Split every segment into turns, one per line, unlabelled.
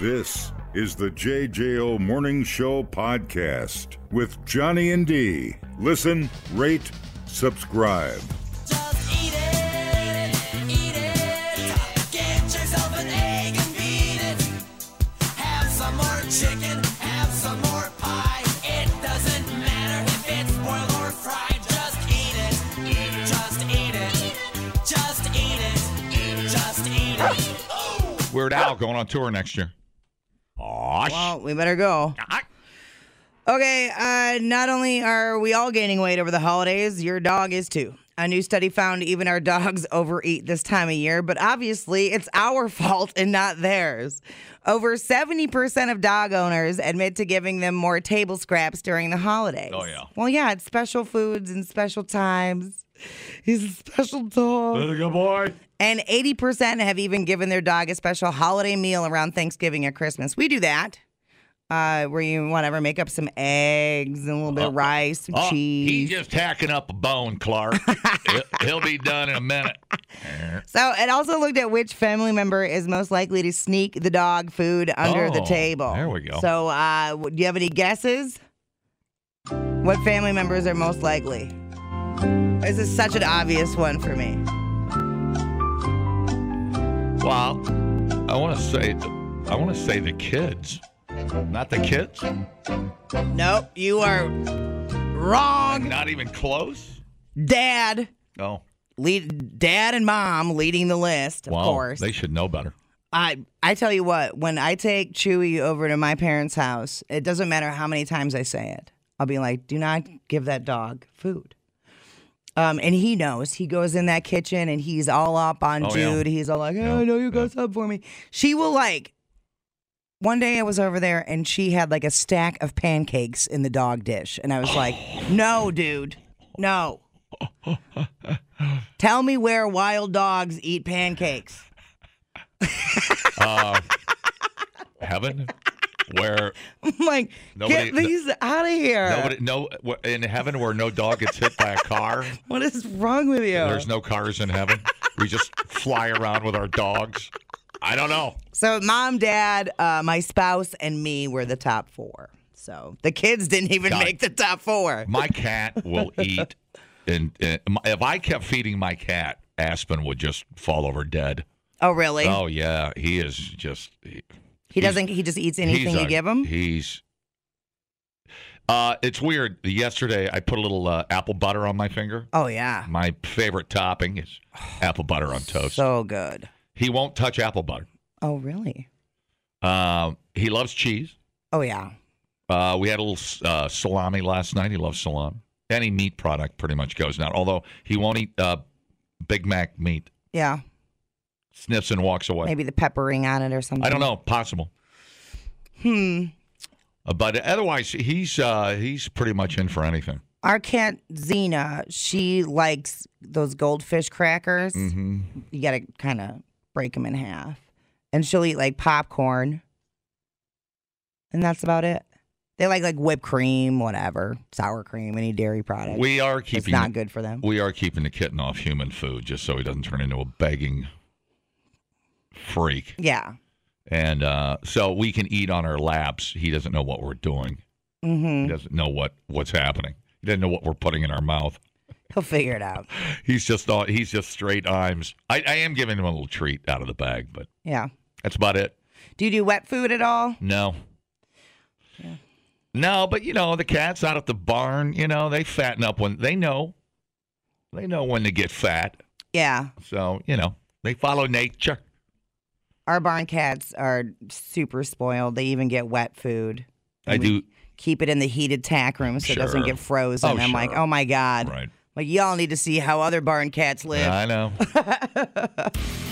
This is the JJO Morning Show podcast with Johnny and D. Listen, rate, subscribe.
Just eat it, eat it. Get yourself an egg and beat it. Have some more chicken, have some more pie. It doesn't matter if it's boiled or fried. Just eat it, just eat it, just eat it, just eat it.
Weird Al going on tour next year.
Well, we better go.
Ah.
Okay, uh, not only are we all gaining weight over the holidays, your dog is too. A new study found even our dogs overeat this time of year, but obviously it's our fault and not theirs. Over 70% of dog owners admit to giving them more table scraps during the holidays.
Oh, yeah.
Well, yeah, it's special foods and special times. He's a special dog.
good boy.
And 80% have even given their dog a special holiday meal around Thanksgiving or Christmas. We do that. Uh, where you whatever make up some eggs and a little bit of rice, some
Oh, he's
cheese.
just hacking up a bone, Clark. he'll, he'll be done in a minute.
so it also looked at which family member is most likely to sneak the dog food under the
Oh,
table.
there we go.
So uh, w- do you have any guesses? What family members are most likely? This is such an obvious one for me.
Well, I want to say, the, I want to say the kids, not the kids,
Nope, you are wrong.
not even close.
Dad.
Oh,
lead dad and mom leading the list, of
wow.
course.
They should know better.
I I tell you what, when I take Chewy over to my parents' house, it doesn't matter how many times I say it. I'll be like, "Do not give that dog food." Um, and he knows. He goes in that kitchen and he's all up on
Oh, yeah.
Jude. He's all like, "Oh,
Yeah,
I know you
yeah.
got something for me." She will like. One day I was over there and she had like a stack of pancakes in the dog dish, and I was like, "No, dude, no." Tell me where wild dogs eat pancakes.
Uh, heaven, where
I'm like,
Nobody-
get these out of here.
nobody, no, wh- in heaven where no dog gets hit by a car.
what is wrong with you?
There's no cars in heaven. We just fly around with our dogs. I don't know.
so, mom, dad, uh, my spouse, and me were the top four. So the kids didn't even
Got it.
make the top four.
My cat will eat, and, and my- if I kept feeding my cat, Aspen would just fall over dead.
Oh, really?
Oh yeah, he is just he-
he doesn't. He just eats anything
he's
you
a-
give him.
He's. Uh, it's weird. Yesterday, I put a little uh, apple butter on my finger.
oh yeah,
My favorite topping is apple butter on toast.
so good.
he won't touch apple butter.
Oh really?
Um, he loves cheese.
Oh yeah.
Uh, we had a little uh, salami last night. He loves salami. Any meat product pretty much goes down. Although he won't eat uh, Big Mac meat.
Yeah.
Sniffs and walks away.
Maybe the peppering on it or something.
I don't know. Possible.
Hmm.
Uh, but otherwise, he's uh, he's pretty much in for anything.
Our cat Xena, she likes those goldfish crackers.
Mm-hmm.
you gotta kind of break them in half and she'll eat like popcorn and that's about it they like like whipped cream whatever sour cream any dairy product
We are
it's
keeping
not good for them
we are keeping the kitten off human food just so he doesn't turn into a begging freak.
yeah
And uh, so we can eat on our laps. He doesn't know what we're doing. He
mm-hmm
doesn't know what what's happening. He doesn't know what we're putting in our mouth.
he'll figure it out
He's just all, he's just straight arms. I, I am giving him a little treat out of the bag, but
yeah
that's about it.
do you do wet food at all
No. No, but you know, the cats out at the barn, you know, they fatten up when they know. They know when to get fat.
yeah
So, you know, they follow nature.
our barn cats are super spoiled they even get wet food
I
And we
do
keep it in the heated tack room so it doesn't
Sure.
get frozen
Oh,
i'm like
sure.
oh my god
right.
like y'all need to see how other barn cats live
I know.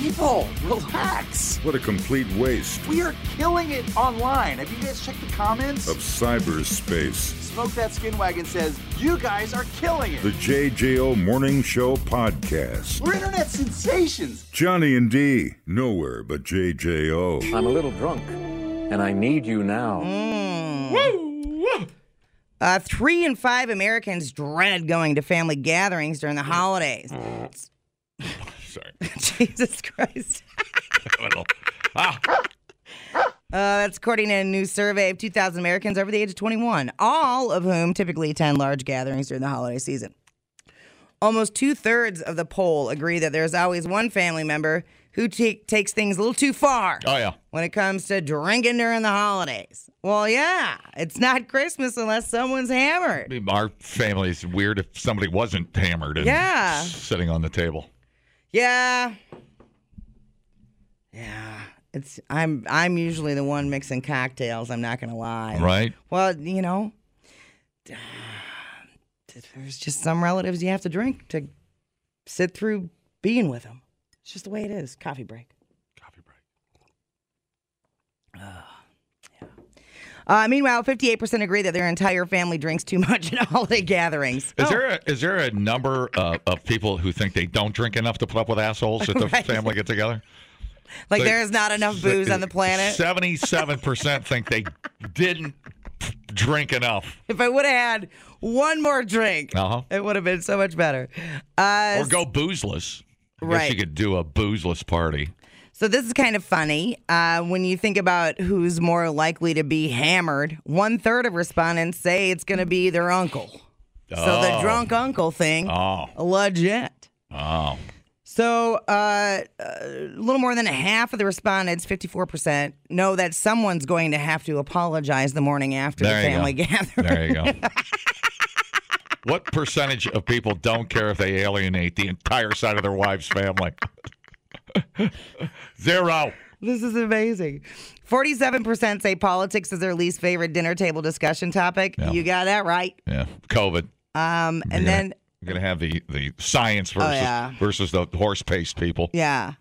People, relax.
What a complete waste
We are killing it online. Have you guys checked the comments?
of cyberspace.
Smoke That Skin Wagon says, You guys are killing
The
it.
JJO Morning Show podcast.
We're internet sensations.
Johnny and D, nowhere but JJO.
I'm a little drunk, and I need you now.
Uh, three in five Americans dread going to family gatherings during the holidays.
Sorry.
Jesus Christ.
Ah.
Uh, that's according to a new survey of 2,000 Americans over the age of 21, all of whom typically attend large gatherings during the holiday season. Almost two thirds of the poll agree that there's always one family member who ta- takes things a little too far
Oh yeah.
when it comes to drinking during the holidays. Well, yeah, it's not Christmas unless someone's hammered.
Our family's weird if somebody wasn't hammered and
Yeah.
sitting on the table.
Yeah. Yeah. It's I'm I'm usually the one mixing cocktails, I'm not gonna lie.
Right?
Well, you know, there's just some relatives you have to drink to sit through being with them. It's just the way it is. Coffee break.
Coffee break.
Uh, meanwhile, 58% agree that their entire family drinks too much at holiday gatherings.
Is there a, is there a number uh, of people who think they don't drink enough to put up with assholes at the
Right.
family get together?
like, there is not enough booze on the planet.
Seventy-seven percent think they didn't drink enough,
If I would have had one more drink,
Uh-huh.
it would have been so much better. Uh,
or go boozeless. I guess
Right.
you could do a boozeless party.
So this is kind of funny uh, when you think about who's more likely to be hammered. One third of respondents say it's going to be their uncle. So the
Oh.
drunk uncle thing,
Oh,
legit.
oh,
So uh, a little more than half of the respondents, fifty-four percent, know that someone's going to have to apologize the morning after
There
the
you
family
go.
gathering.
there you go. what percentage of people don't care if they alienate the entire side of their wife's family? Zero.
This is amazing. Forty-seven percent say politics is their least favorite dinner table discussion topic.
Yeah.
You got that right.
Yeah, COVID.
Um, and
Yeah.
then.
We're gonna have the the science versus
Oh, yeah.
versus the horse paste people.
Yeah.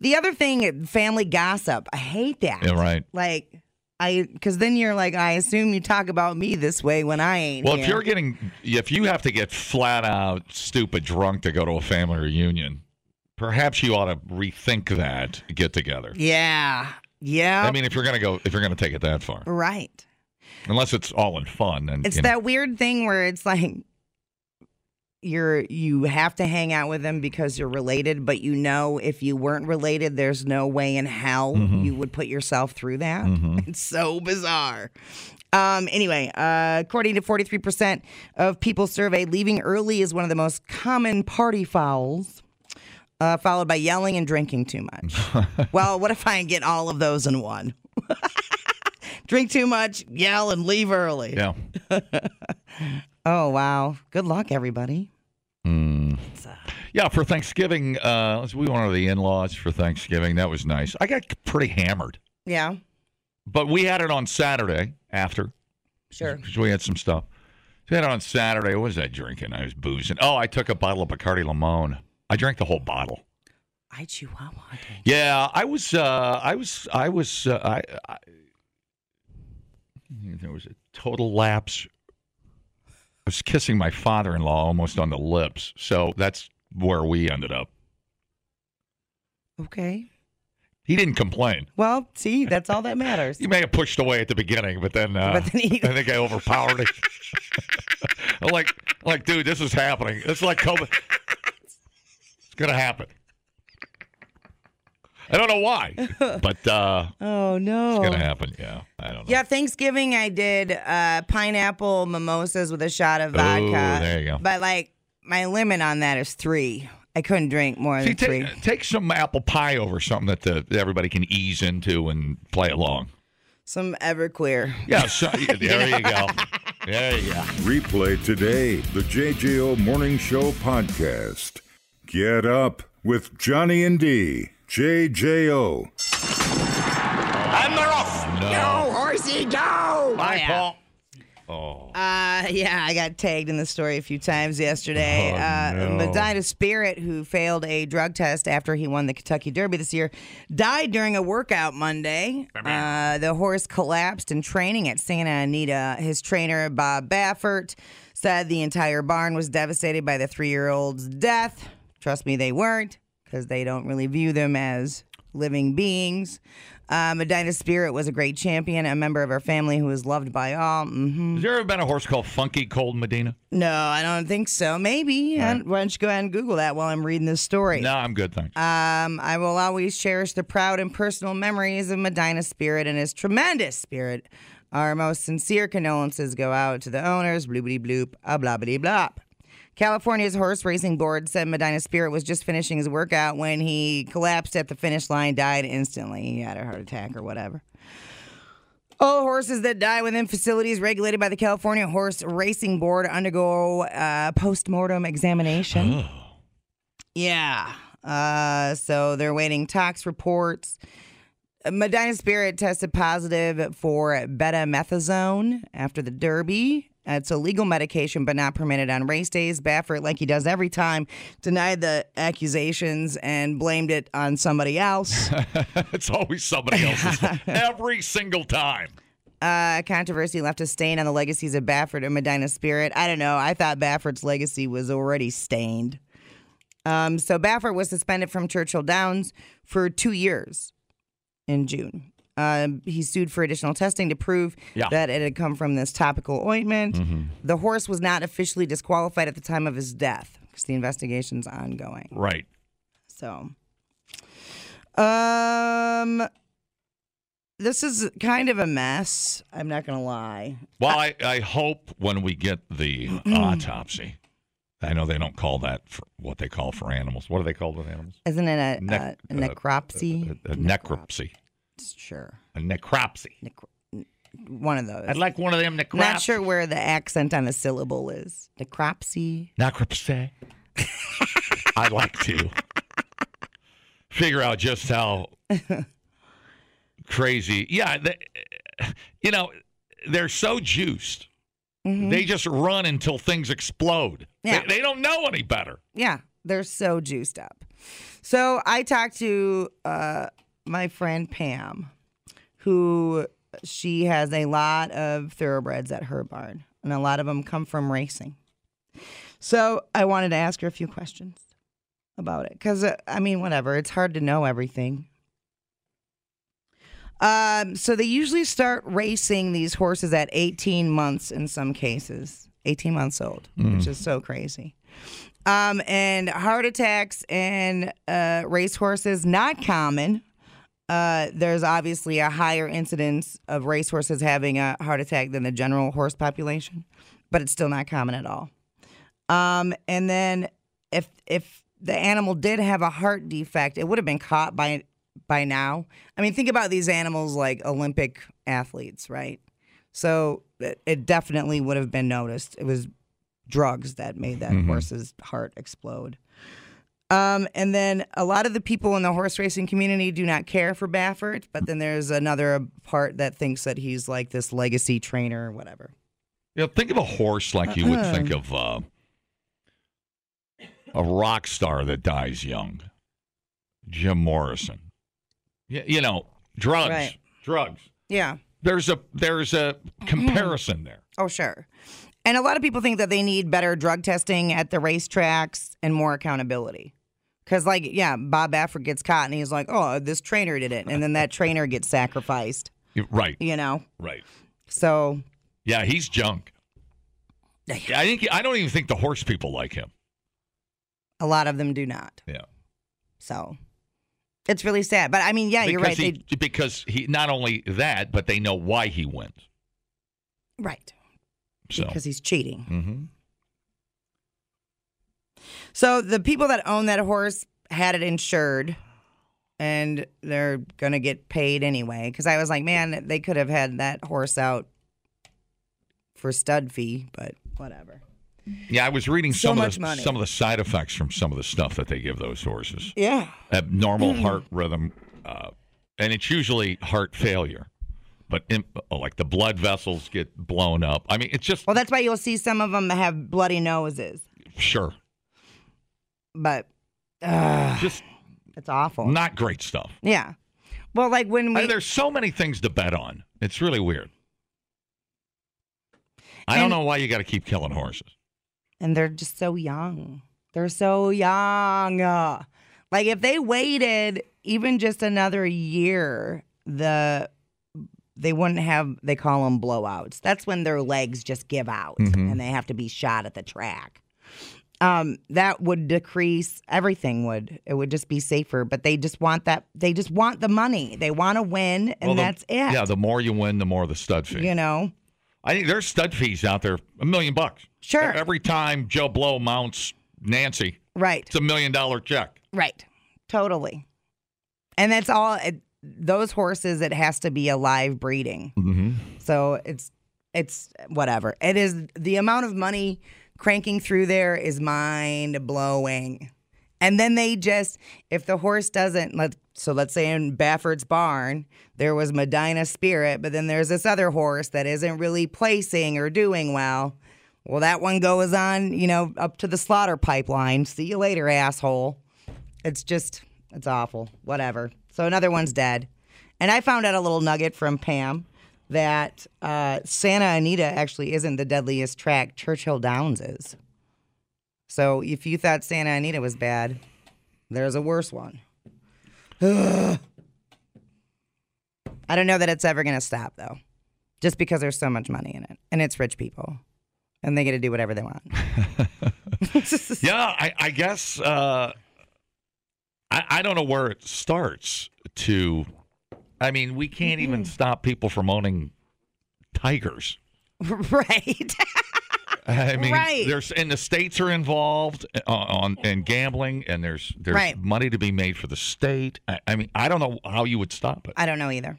The other thing, family gossip. I hate that.
Yeah, right.
Like, I, because then you're like, I assume you talk about me this way when I ain't.
Well,
here.
if you're getting, if you have to get flat out stupid drunk to go to a family reunion, perhaps you ought to rethink that get together.
Yeah. Yeah.
I mean, if you're gonna go, if you're gonna take it that far,
right.
unless it's all in fun, and
It's that weird thing where it's like, you're you have to hang out with them because you're related, but you know if you weren't related, there's no way in hell you would put yourself through that. It's so bizarre. Um, anyway, uh, according to 43% of people surveyed, leaving early is one of the most common party fouls, uh, followed by yelling and drinking too much. well, what if I get all of those in one? Drink too much, yell, and leave early.
yeah,
Oh, wow. Good luck, everybody.
yeah. For Thanksgiving, uh, we went to the in-laws for Thanksgiving. That was nice. I got pretty hammered,
Yeah,
but we had it on Saturday after.
sure.
because we had some stuff. So we had it on Saturday. What was I drinking? I was boozing. Oh, I took a bottle of Bacardi Limon. I drank the whole bottle.
I chihuahua. dang.
Yeah, I was. Uh, I was. I was. Uh, I, I. hmm, There was a total lapse. I was kissing my father-in-law almost on the lips, so that's where we ended up.
Okay.
He didn't complain.
Well, see, that's all that matters.
You may have pushed away at the beginning, but then, uh,
But then he-
I think I overpowered it. I'm like, I'm like, dude, this is happening. It's like COVID. It's gonna happen. I don't know why, but uh,
Oh, no.
it's gonna happen. Yeah, I don't know.
Yeah, Thanksgiving I did uh, pineapple mimosas with a shot of vodka.
there you go.
But like my limit on that is three. I couldn't drink more
See,
than three.
take, take some apple pie over something that, uh everybody can ease into and play along.
Some Everclear.
Yeah, so, there you go. There you
Oh,
go.
Replay today the JJO Morning Show podcast. Get up with Johnny and D. JJO.
No,
horsey, go!
my
yeah.
fault.
Uh, yeah, I got tagged in the story a few times yesterday.
Oh,
uh,
no.
Medina Spirit, who failed a drug test after he won the Kentucky Derby this year, died during a workout Monday. Uh, the horse collapsed in training at Santa Anita. His trainer, Bob Baffert, said the entire barn was devastated by the three year old's death. Trust me, they weren't, because they don't really view them as living beings. Uh, Medina Spirit was a great champion, a member of her family who was loved by all. hmm
Has there ever been a horse called Funky Cold Medina?
No, I don't think so. Maybe. I don't- Why don't you go ahead and Google that while I'm reading this story?
No, I'm good, thanks.
Um, I will always cherish the proud and personal memories of Medina's spirit and his tremendous spirit. Our most sincere condolences go out to the owners, bloobity bloop, a blah blah blah. California's Horse Racing Board said Medina Spirit was just finishing his workout when he collapsed at the finish line, died instantly. He had a heart attack or whatever. All horses that die within facilities regulated by the California Horse Racing Board undergo uh, post-mortem examination. Yeah. Uh, so they're waiting tax reports. Medina Spirit tested positive for betamethasone after the Derby. It's a legal medication, but not permitted on race days. Baffert, like he does every time, denied the accusations and blamed it on somebody else.
it's always somebody else's fault. every single time.
uh, controversy left a stain on the legacies of Baffert and Medina Spirit. I don't know. I thought Baffert's legacy was already stained. Um, so Baffert was suspended from Churchill Downs for two years in June. Um, he sued for additional testing to prove
Yeah.
that it had come from this topical ointment. The horse was not officially disqualified at the time of his death because the investigation's ongoing.
Right.
So, um, this is kind of a mess. I'm not gonna lie.
Well, I, I hope when we get the autopsy, I know they don't call that for what they call for animals. What are they called with animals?
Isn't it a,
Nec- uh,
a, a necropsy?
A, a necropsy.
Sure,
A necropsy.
one of those.
I'd like one of them necropsy.
Not sure where the accent on the syllable is. Necropsy.
Necropsy. I'd like to figure out just how crazy. Yeah, the, you know, they're so juiced. They just run until things explode. They-
Mm-hmm. Yeah.
They, don't know any better.
Yeah, they're so juiced up. So I talked to uh, my friend Pam, who she has a lot of thoroughbreds at her barn, and a lot of them come from racing. So I wanted to ask her a few questions about it because uh, I mean, whatever, it's hard to know everything. Um, so they usually start racing these horses at 18 months in some cases, 18 months old, which is so crazy. Um, and heart attacks and uh, race horses not common. Uh, there's obviously a higher incidence of race horses having a heart attack than the general horse population, but it's still not common at all. Um, and then if if the animal did have a heart defect, it would have been caught by by now. I mean, think about these animals like Olympic athletes, right? So it, it definitely would have been noticed. It was drugs that made that horse's heart explode. Um, and then a lot of the people in the horse racing community do not care for Baffert, but then there's another part that thinks that he's like this legacy trainer or whatever.
You know, think of a horse like you would
Uh-uh.
think of uh, a rock star that dies young, Jim Morrison. Y- you know, drugs,
Right.
drugs.
Yeah.
There's a there's a comparison there.
Oh, sure. And a lot of people think that they need better drug testing at the racetracks and more accountability. Because, like, yeah, Bob Baffert gets caught and he's like, oh, this trainer did it. And then that trainer gets sacrificed,
Y- Right,
you know?
right.
So,
Yeah, he's junk. I think I don't even think the horse people like him.
a lot of them do not.
Yeah,
So, it's really sad. But I mean, yeah,
because
you're right.
He,
they,
Because he not only that, but they know why he went.
right.
So
Because he's cheating.
Mhm.
So the people that own that horse had it insured and they're going to get paid anyway. Because I was like, man, they could have had that horse out for stud fee, but whatever.
yeah, I was reading
So
some
much
of the,
money.
some of the side effects from some of the stuff that they give those horses.
Yeah.
Abnormal
Mm.
heart rhythm, uh, and it's usually heart failure. But in, like the blood vessels get blown up. I mean, it's just
Well, that's why you'll see some of them have bloody noses,
sure,
but uh,
just
it's awful.
not great stuff.
yeah. Well, like when
I
we.
mean, there's so many things to bet on. It's really weird. I don't
And-
know why you got to keep killing horses.
and they're Uh, just so young. They're so young. Like if they waited even just another year, the they wouldn't have they call them blowouts. That's when their legs just give out
Mm-hmm.
and they have to be shot at the track. Um, that would decrease everything would it would just be safer but they just want that they just want the money they want to win and
Well, the-
that's it
Yeah, the more you win, the more the stud fee.
you know
I think there's stud fees out there, a million bucks. E-,
Sure.
Every time Joe Blow mounts Nancy,
right
it's a million dollar check.
Right. Totally. And that's all. It, those horses, it has to be a live breeding.
Mm-hmm.
So it's it's whatever. It is the amount of money cranking through there is mind blowing. And then they just if the horse doesn't let so let's say in Baffert's barn there was Medina Spirit, but then there's this other horse that isn't really placing or doing well. Well, that one goes on, you know, up to the slaughter pipeline. See you later, asshole. It's just, it's awful. Whatever. So another one's dead. And I found out a little nugget from Pam that uh, Santa Anita actually isn't the deadliest track, Churchill Downs is. So if you thought Santa Anita was bad, there's a worse one. Ugh. I don't know that it's ever going to stop, though, just because there's so much money in it. And it's rich people, and they get to do whatever they want.
Yeah, I, I guess uh, I, I don't know where it starts to. I mean, we can't even
Mm-hmm.
stop people from owning tigers.
right.
I mean,
Right.
there's and the states are involved uh, on, on in gambling, and there's there's
Right.
money to be made for the state. I, I mean, I don't know how you would stop it.
I don't know either.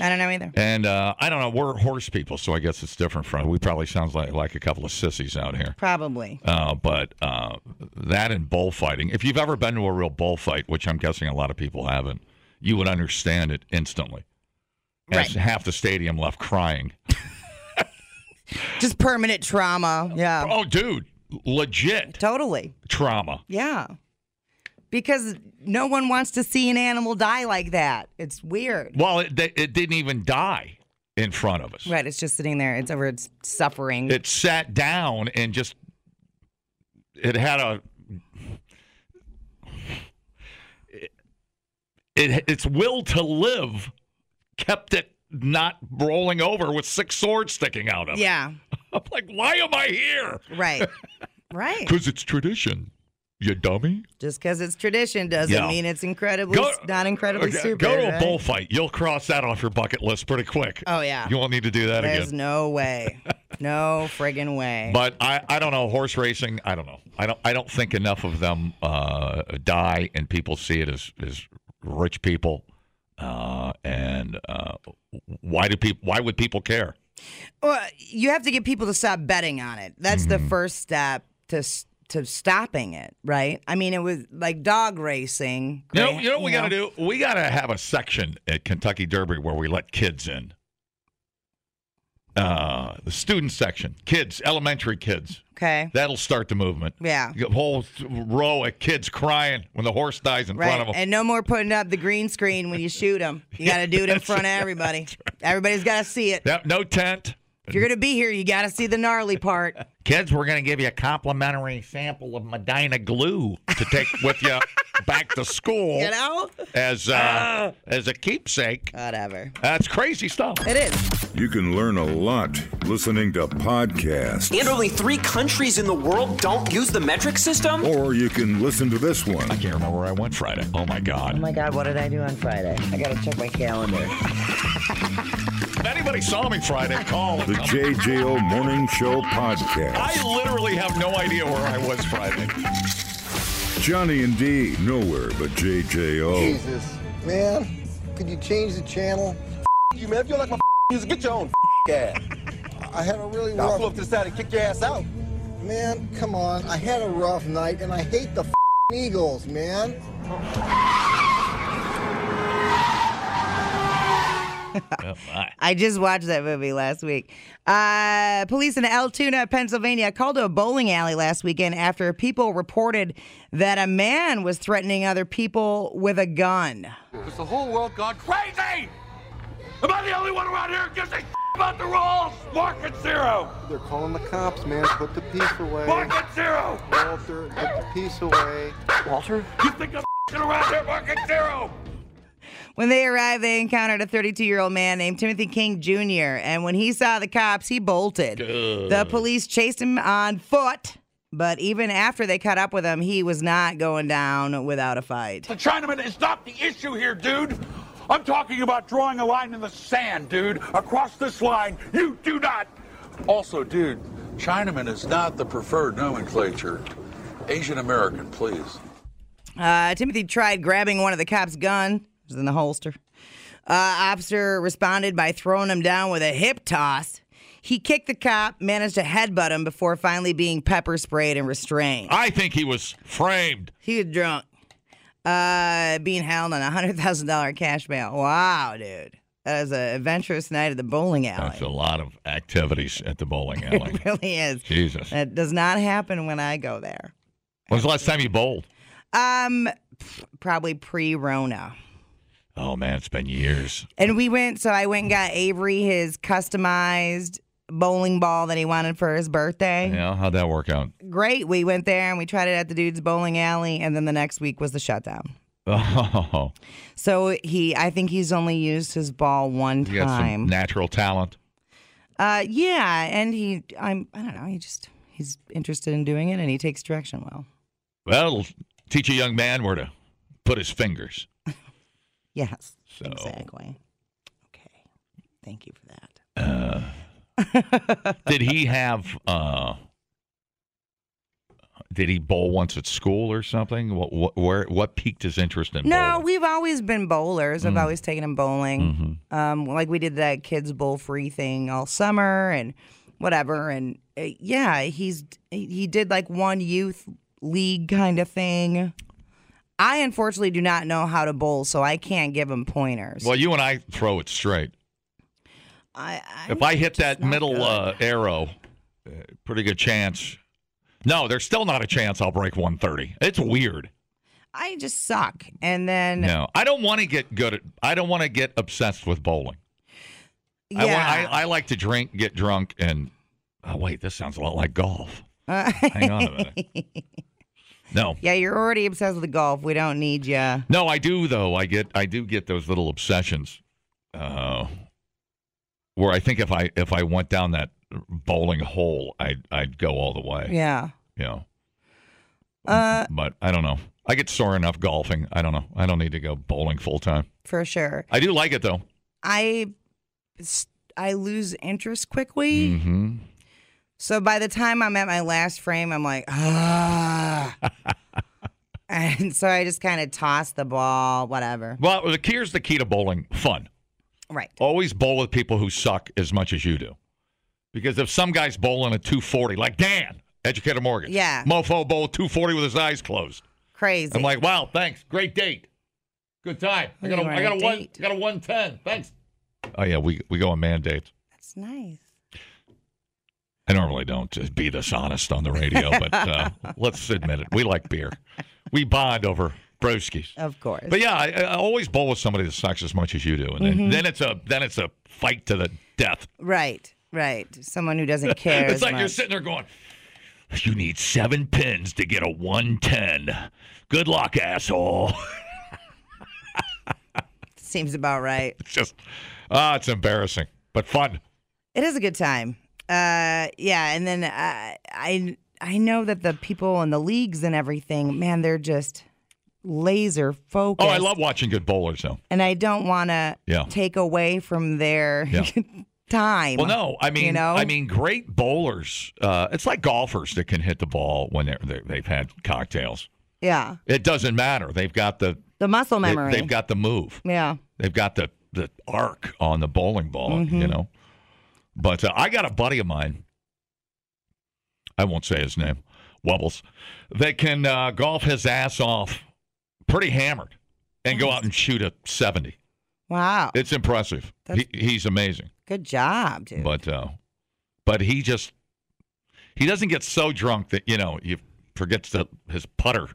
I don't know either.
And uh, I don't know, we're horse people, so I guess it's different from. We probably sounds like like a couple of sissies out here.
Probably.
Uh, but uh, that and bullfighting. If you've ever been to a real bullfight, which I'm guessing a lot of people haven't, you would understand it instantly. As half the stadium left crying.
Just permanent trauma. Yeah.
Oh, dude, legit
Totally.
trauma.
Yeah. Because no one wants to see an animal die like that. It's weird.
Well, it, it didn't even die in front of us.
Right. It's just sitting there. It's over. It's suffering.
It sat down and just it had a. It, its will to live kept it not rolling over with six swords sticking out of it.
yeah.
I'm like, why am I here?
Right. right.
Because it's tradition, you dummy.
Just because it's tradition doesn't
Yeah.
mean it's incredibly, not incredibly
go-
stupid.
Go to a
right?
bullfight. You'll cross that off your bucket list pretty quick.
Oh, yeah.
You won't need to do that
There's
again.
no way. No friggin' way.
But I, I don't know horse racing. I don't know. I don't I don't think enough of them uh, die, and people see it as as rich people. Uh, and uh, why do people? Why would people care?
Well, you have to get people to stop betting on it. That's
Mm-hmm.
the first step to s- to stopping it, right? I mean, it was like dog racing.
You know,
right?
you know what we got to do? We got to have a section at Kentucky Derby where we let kids in. Uh, the student section, kids, elementary kids.
Okay.
That'll start the movement.
Yeah.
You got a whole row of kids crying when the horse dies in front
Right.
of them.
And no more putting up the green screen when you shoot them. You got to do it in front of everybody. Everybody's got to see it.
Yep, no tent.
If you're going to be here, you got to see the gnarly part.
Kids, we're going to give you a complimentary sample of Medina glue to take with you back to school
You know?
as uh, as a keepsake.
Whatever.
That's crazy stuff.
It is.
You can learn a lot listening to podcasts,
And only three countries in the world don't use the metric system?
or you can listen to this one.
I can't remember where I went Friday. Oh my God.
my God, what did I do on Friday? I got to check my calendar.
If anybody saw me Friday, call.
The JJO Morning Show podcast.
I literally have no idea where I was Friday.
Johnny and D, nowhere but JJO.
Jesus, man, could you change the channel?
F- you, man. If you don't like my f- music, get your own f- ass.
I had a really
I'll pull up
rough
to the side and kick your ass out.
man. Come on, I had a rough night, and I hate the f- Eagles, man.
I just watched that movie last week. Uh, police in Altoona, Pennsylvania, called to a bowling alley last weekend after people reported that a man was threatening other people with a gun.
It's the whole world gone crazy. Am I the only one around here who gives a f- about the rules? Market zero.
They're calling the cops, man. Put the piece away,
Market zero.
Walter. Put the piece away.
You think I'm f- around here? Market zero.
When they arrived, they encountered a 32 year old man named Timothy King Jr., and when he saw the cops, he bolted. The police chased him on foot, but even after they caught up with him, he was not going down without a fight.
The Chinaman is not the issue here, dude. I'm talking about drawing a line in the sand, dude. Across this line, you do not. Also, dude, Chinaman is not the preferred nomenclature. Asian American, please.
Uh, Timothy tried grabbing one of the cop's gun. It was in the holster. Uh, officer responded by throwing him down with a hip toss. He kicked the cop, managed to headbutt him before finally being pepper sprayed and restrained.
I think he was framed.
He was drunk. Uh, being held on a hundred thousand dollar cash bail. Wow, dude, that is an adventurous night at the bowling alley.
That's a lot of activities at the bowling alley.
It really is.
Jesus.
That does not happen when I go there.
When's the last time you bowled?
Um, p- probably pre-Rona.
Oh man, it's been years.
And we went, so I went and got Avery his customized bowling ball that he wanted for his birthday.
Yeah, how'd that work out?
Great. We went there and we tried it at the dude's bowling alley. And then the next week was the shutdown.
Oh,
So he, I think he's only used his ball one
you got some
time.
natural talent.
uh, yeah. And he, I'm, I don't know. He just, he's interested in doing it and he takes direction well.
Well, teach a young man where to put his fingers.
Yes.
So-
Exactly. Okay. Thank you for that.
Did he have? uh Did he bowl once at school or something? What? what where? What piqued his interest in?
No,
bowling? Mm-hmm.
we've always been bowlers. I've always taken them bowling. Um, like we did that kids bowl free thing all summer and whatever. And uh, yeah, he's he did like one youth league kind of thing. I unfortunately do not know how to bowl, so I can't give him pointers.
Well, you and I throw it straight.
I, I,
If I hit that middle uh, arrow, uh, pretty good chance. No, there's still not a chance I'll break 130. It's weird.
I just suck. And then
No, I don't want to get good at. I don't want to get obsessed with bowling.
yeah,
I, want, I, I like to drink, get drunk, and oh wait, this sounds a lot like golf. Hang on a minute. No,
yeah, you're already obsessed with golf. We don't need you.
no, I do though. I get, I do get those little obsessions, uh, where I think if I if I went down that bowling hole, I'd I'd go all the way.
Yeah. Uh,
You know. but I don't know. I get sore enough golfing. I don't know. I don't need to go bowling full time.
For sure.
I do like it though.
I I lose interest quickly.
Mm-hmm.
So by the time I'm at my last frame, I'm like, ah. and so I just kind of toss the ball, whatever.
Well, the key, here's the key to bowling: fun.
Right.
always bowl with people who suck as much as you do. Because if some guy's bowling a 240, like Dan, Educator Morgan,
Yeah.
mofo bowled 240 with his eyes closed.
Crazy.
I'm like, wow, thanks, great date, good time. I got a,
You were
I got
on
a
a
one,
date.
I got a 110, thanks. Oh yeah, we we go on man dates.
That's nice.
I normally don't just be this honest on the radio, but uh, let's admit it, we like beer. We bond over brewskis.
Of course.
But yeah, I, I always bowl with somebody that sucks as much as you do, and then, then it's a then it's a fight to the death.
right. Right. Someone who doesn't care.
It's
as
like you're
much.
sitting there going, "You need seven pins to get a 110. Good luck, asshole."
Seems about right.
It's just, ah, it's embarrassing, but fun.
It is a good time. Uh, yeah, and then uh, I I know that the people in the leagues and everything, man, they're just laser
Oh,
focused.
I love watching good bowlers though.
and I don't want to
Yeah.
take away from their
Yeah.
time.
Well, no, I mean,
You know?
I mean, great bowlers. Uh, it's like golfers that can hit the ball when they're, they they've had cocktails.
Yeah,
It doesn't matter. They've got the
the muscle
they,
memory.
have got the move.
yeah,
They've got the the arc on the bowling ball, you know. But uh, I got a buddy of mine. I won't say his name, Wubbles. That can uh, golf his ass off, pretty hammered, and go out and shoot a seventy.
wow,
It's impressive. He,
That's-
he's amazing,
good job, dude.
but uh, but he just he doesn't get so drunk that you know he forgets the, his putter.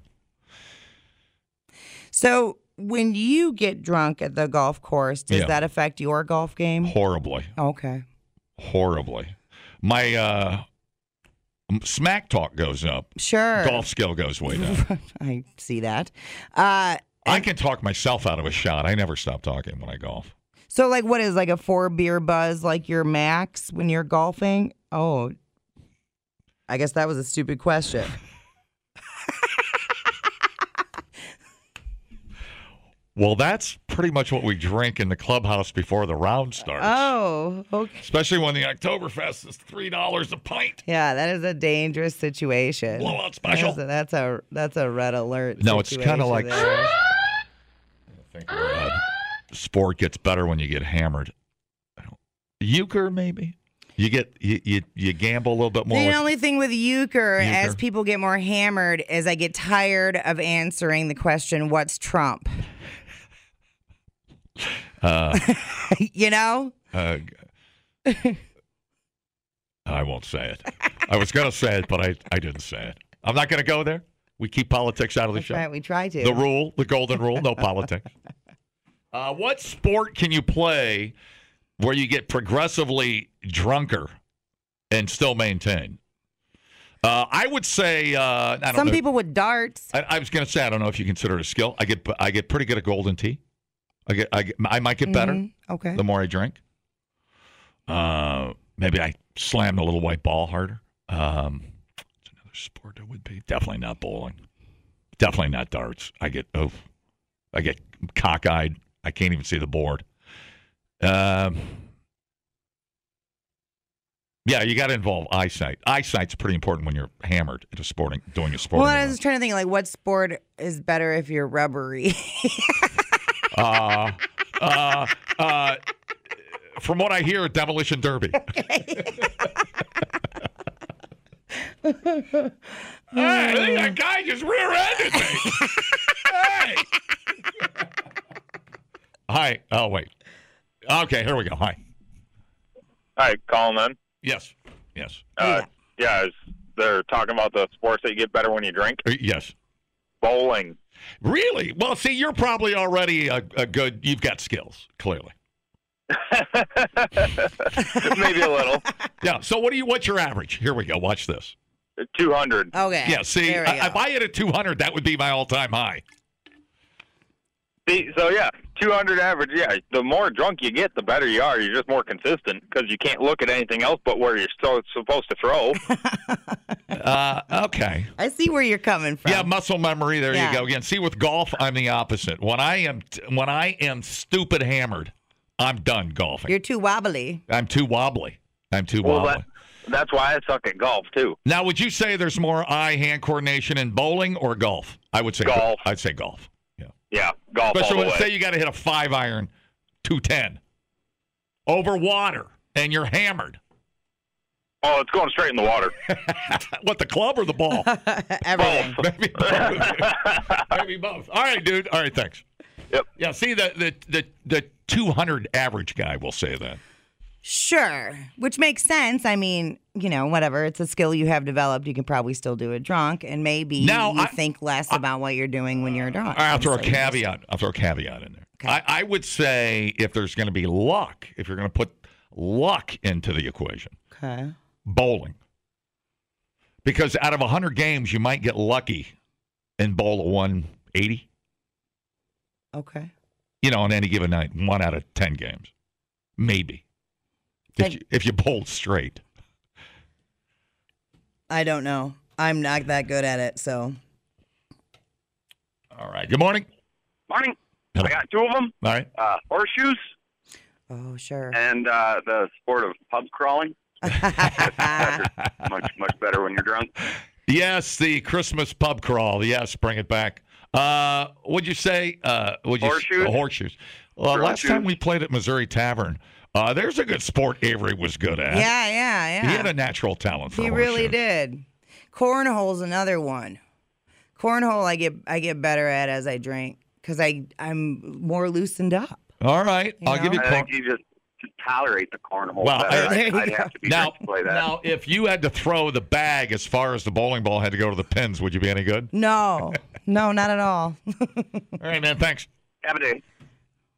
so when you get drunk at the golf course, does
Yeah.
that affect your golf game?
Horribly,
Okay,
horribly. My uh, smack talk goes up.
sure.
Golf skill goes way down.
I see that. Uh,
I can talk myself out of a shot. I never stop talking when I golf.
So like what is like a four beer buzz like your max when you're golfing? Oh. I guess that was a stupid question.
Well, that's pretty much what we drink in the clubhouse before the round starts.
Oh, okay.
Especially when the Oktoberfest is three dollars a pint.
Yeah, that is a dangerous situation.
Blowout special.
That's a that's a, that's a red alert.
No, it's kinda
situation
like-
there.
I think we're, uh, sport gets better when you get hammered. I don't- Euchre, maybe. You get you you, you gamble a little bit more.
The
with-
only thing with euchre, as
Euchre.
people get more hammered, is I get tired of answering the question, "What's Trump?" you know,
uh, g- I won't say it. I was gonna say it, but I I didn't say it. I'm not gonna go there. We keep politics out of the show.
right? We try to.
The rule, the golden rule, no politics. Uh, what sport can you play where you get progressively drunker and still maintain? Uh, I would say uh, I don't
Some
know.
people with darts.
I, I was going to say I don't know if you consider it a skill. I get I get pretty good at golden tea. I get I, get, I might get better
Mm-hmm. Okay.
the more I drink. Uh, maybe I slammed a little white ball harder. Um, it's another sport that would be definitely not bowling, definitely not darts. I get oh, I get cockeyed. I can't even see the board. Um, yeah, you got to involve eyesight. Eyesight's pretty important when you're hammered at a sporting doing a sporting.
Well, I
event.
was trying to think like what sport is better if you're rubbery.
uh, uh, uh, from what I hear, demolition derby. hey, I think that guy just rear-ended me. hey. Hi. Oh wait. Okay, here we go. Hi.
Hi, Colin. then.
Yes. Yes.
Uh, yeah, it's- they're talking about the sports that you get better when you drink.
Uh, Yes.
Bowling.
Really? Well, see, you're probably already a, a good. You've got skills, clearly.
Maybe a little.
Yeah. So, what do you? What's your average? Here we go. Watch this.
200.
okay.
Yeah, see,
There we
I-
go.
if I hit a 200, that would be my all time high.
See, so, yeah, 200 average. Yeah, the more drunk you get, the better you are. You're just more consistent because you can't look at anything else but where you're so, supposed to throw.
Uh, okay.
I see where you're coming from.
Yeah, muscle memory. There
Yeah.
you go. Again, see, with golf, I'm the opposite. When I am when I am stupid hammered, I'm done golfing.
you're too wobbly.
I'm too wobbly. I'm too
well,
wobbly.
that, that's why I suck at golf, too.
now, would you say there's more eye-hand coordination in bowling or golf? I would say
Golf.
I'd say golf. Yeah.
Yeah, golf
Especially
all
when
the
say
way.
you got to hit a five iron, two ten, over water, and you're hammered.
Oh, it's going straight in the water.
What the club or the ball?
Everything.
Maybe both. Maybe both. All right, dude. All right, thanks.
Yep.
Yeah. See the the the the 200 average guy will say that.
Sure, which makes sense. I mean, you know, whatever. It's a skill you have developed. You can probably still do it drunk, and maybe
Now,
you
I-
think less about what you're doing when you're drunk.
All right, I'll throw a
Obviously, you just-
caveat. I'll throw a caveat in there.
Okay.
I, I would say if there's going to be luck, if you're going to put luck into the equation,
Okay.
bowling. Because out of 100 games, you might get lucky and bowl a 180,
Okay.
you know, on any given night, one out of 10 games. Maybe. If
Thank-
you, if you bowled straight.
I don't know. I'm not that good at it, so
All right. Good morning.
Morning.
Hello.
I got two of them
All right.
uh, horseshoes
oh sure.
and uh, the sport of pub crawling. much much better when you're drunk.
Yes, the Christmas pub crawl. Yes, bring it back. Uh, would you say? Uh, would you
Horseshoes?
uh, horseshoes? Uh, last
Horseshoes.
time we played at Missouri Tavern, uh, there's a good sport Avery was good at.
yeah, yeah, yeah.
he had a Oh, natural talent for
He really
horseshoes.
did. Cornhole's another one. Cornhole, I get I get better at as I drink because I I'm more loosened up.
All right,
You
I'll give you.
I
Cor-
think you just to tolerate the cornhole.
Well,
better.
I-
there
I'd,
you
I'd
go.
have to be
now,
drunk to play that.
now, if you had to throw the bag as far as the bowling ball had to go to the pins, would you be any good?
No, no, not at all.
All right, man. Thanks.
Have a day.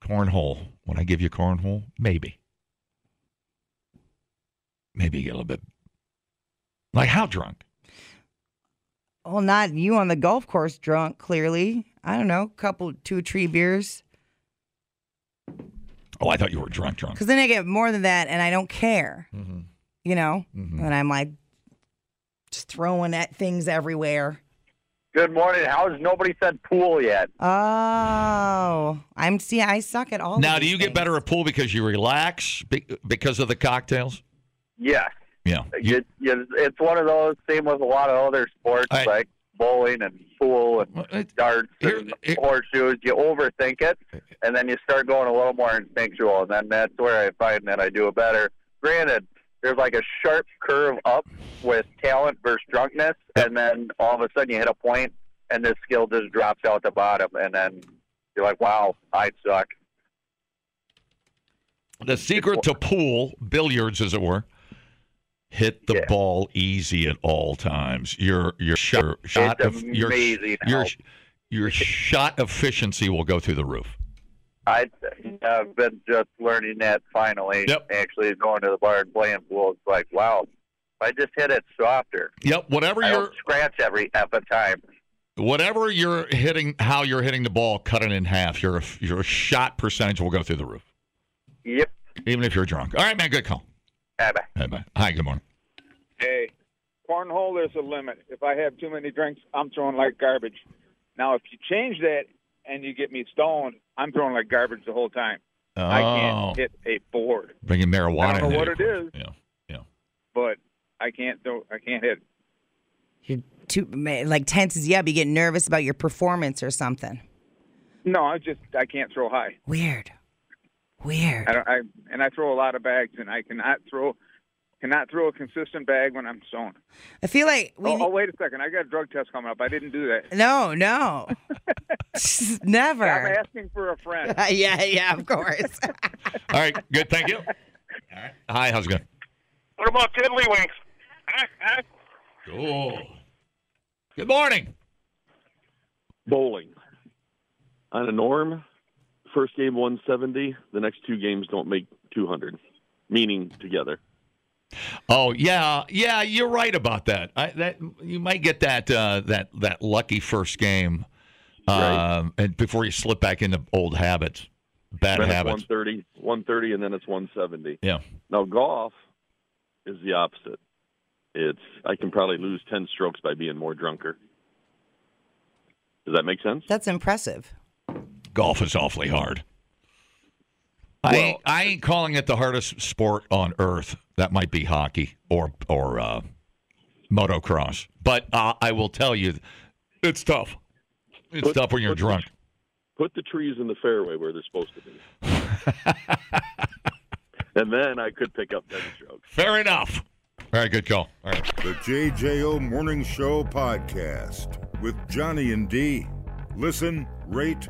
Cornhole. When I give you cornhole, maybe. Maybe you get a little bit. Like how drunk?
well, not you on the golf course drunk. Clearly, I don't know, couple two tree beers.
Oh, I thought you were drunk, drunk.
Because then I get more than that, and I don't care.
Mm-hmm.
You know, and I'm like just throwing at things everywhere.
Good morning. How's nobody said pool yet?
Oh, I'm see. I suck at all. of
Now, do
these
you
things.
get better at pool because you relax be- because of the cocktails?
Yes.
Yeah. You-
It, it, it's one of those, same with a lot of other sports
All right.
like bowling and pool and
Well, it-
darts
here-
and
here-
horseshoes. You overthink it, and then you start going a little more instinctual, and then that's where I find that I do it better. Granted, there's like a sharp curve up with talent versus drunkenness, and then all of a sudden you hit a point, and this skill just drops out the bottom, and then you're like, wow, I suck.
the secret to pool billiards, as it were, hit the
Yeah.
ball easy at all times. Your your shot, shot of your
amazing
your
how-
your shot efficiency will go through the roof.
I, I've been just learning that finally.
Yep.
Actually, going to the bar and playing pool, it's like, wow, if I just hit it softer.
Yep. Whatever
I
you're
don't scratch every effing time.
whatever you're hitting, how you're hitting the ball, cut it in half. Your your shot percentage will go through the roof,
Yep.
even if you're drunk. All right, man. Good call.
Ah, bah.
Hey, bye. Hi. Good morning.
Hey, cornhole, there's a limit. If I have too many drinks, I'm throwing like garbage. Now, if you change that and you get me stoned, I'm throwing like garbage the whole time.
Oh,
I can't hit a board,
bringing marijuana.
I don't know
in there,
what
of
it
course. Yeah.
but I can't throw. I can't hit.
You're too ma- like tense as yeah, but you get nervous about your performance or something.
No, I just I can't throw high.
Weird, weird.
I don't. I and I throw a lot of bags, and I cannot throw cannot throw a consistent bag when I'm stoned.
I feel like we.
Oh,
need-
oh, wait a second. I got a drug test coming up. I didn't do that.
No, no,
I'm
never. Uh,
asking for a friend.
yeah, yeah, of course.
All right. Good. Thank you. All right. Hi. How's it going?
What about tiddlywinks?
Cool. Good morning.
bowling. On a norm, first game 170, the next two games don't make 200, meaning together.
Oh yeah, yeah, you're right about that. I, that you might get that uh, that that lucky first game,
Right.
um, and before you slip back into old habits, bad
Then it's
habits.
130, 130, and then it's 170.
Yeah.
Now, golf is the opposite. It's I can probably lose 10 strokes by being more drunker. Does that make sense?
That's impressive.
Golf is awfully hard. I ain't, I ain't calling it the hardest sport on earth. That might be hockey or or uh, motocross, but uh, I will tell you, it's tough. It's
Put-
tough when you're
put the-
drunk.
Put the trees in the fairway where they're supposed to be. and then I could pick up 10 strokes.
Fair enough. All right, good call. All right.
The JJO Morning Show podcast with Johnny and D. Listen, rate,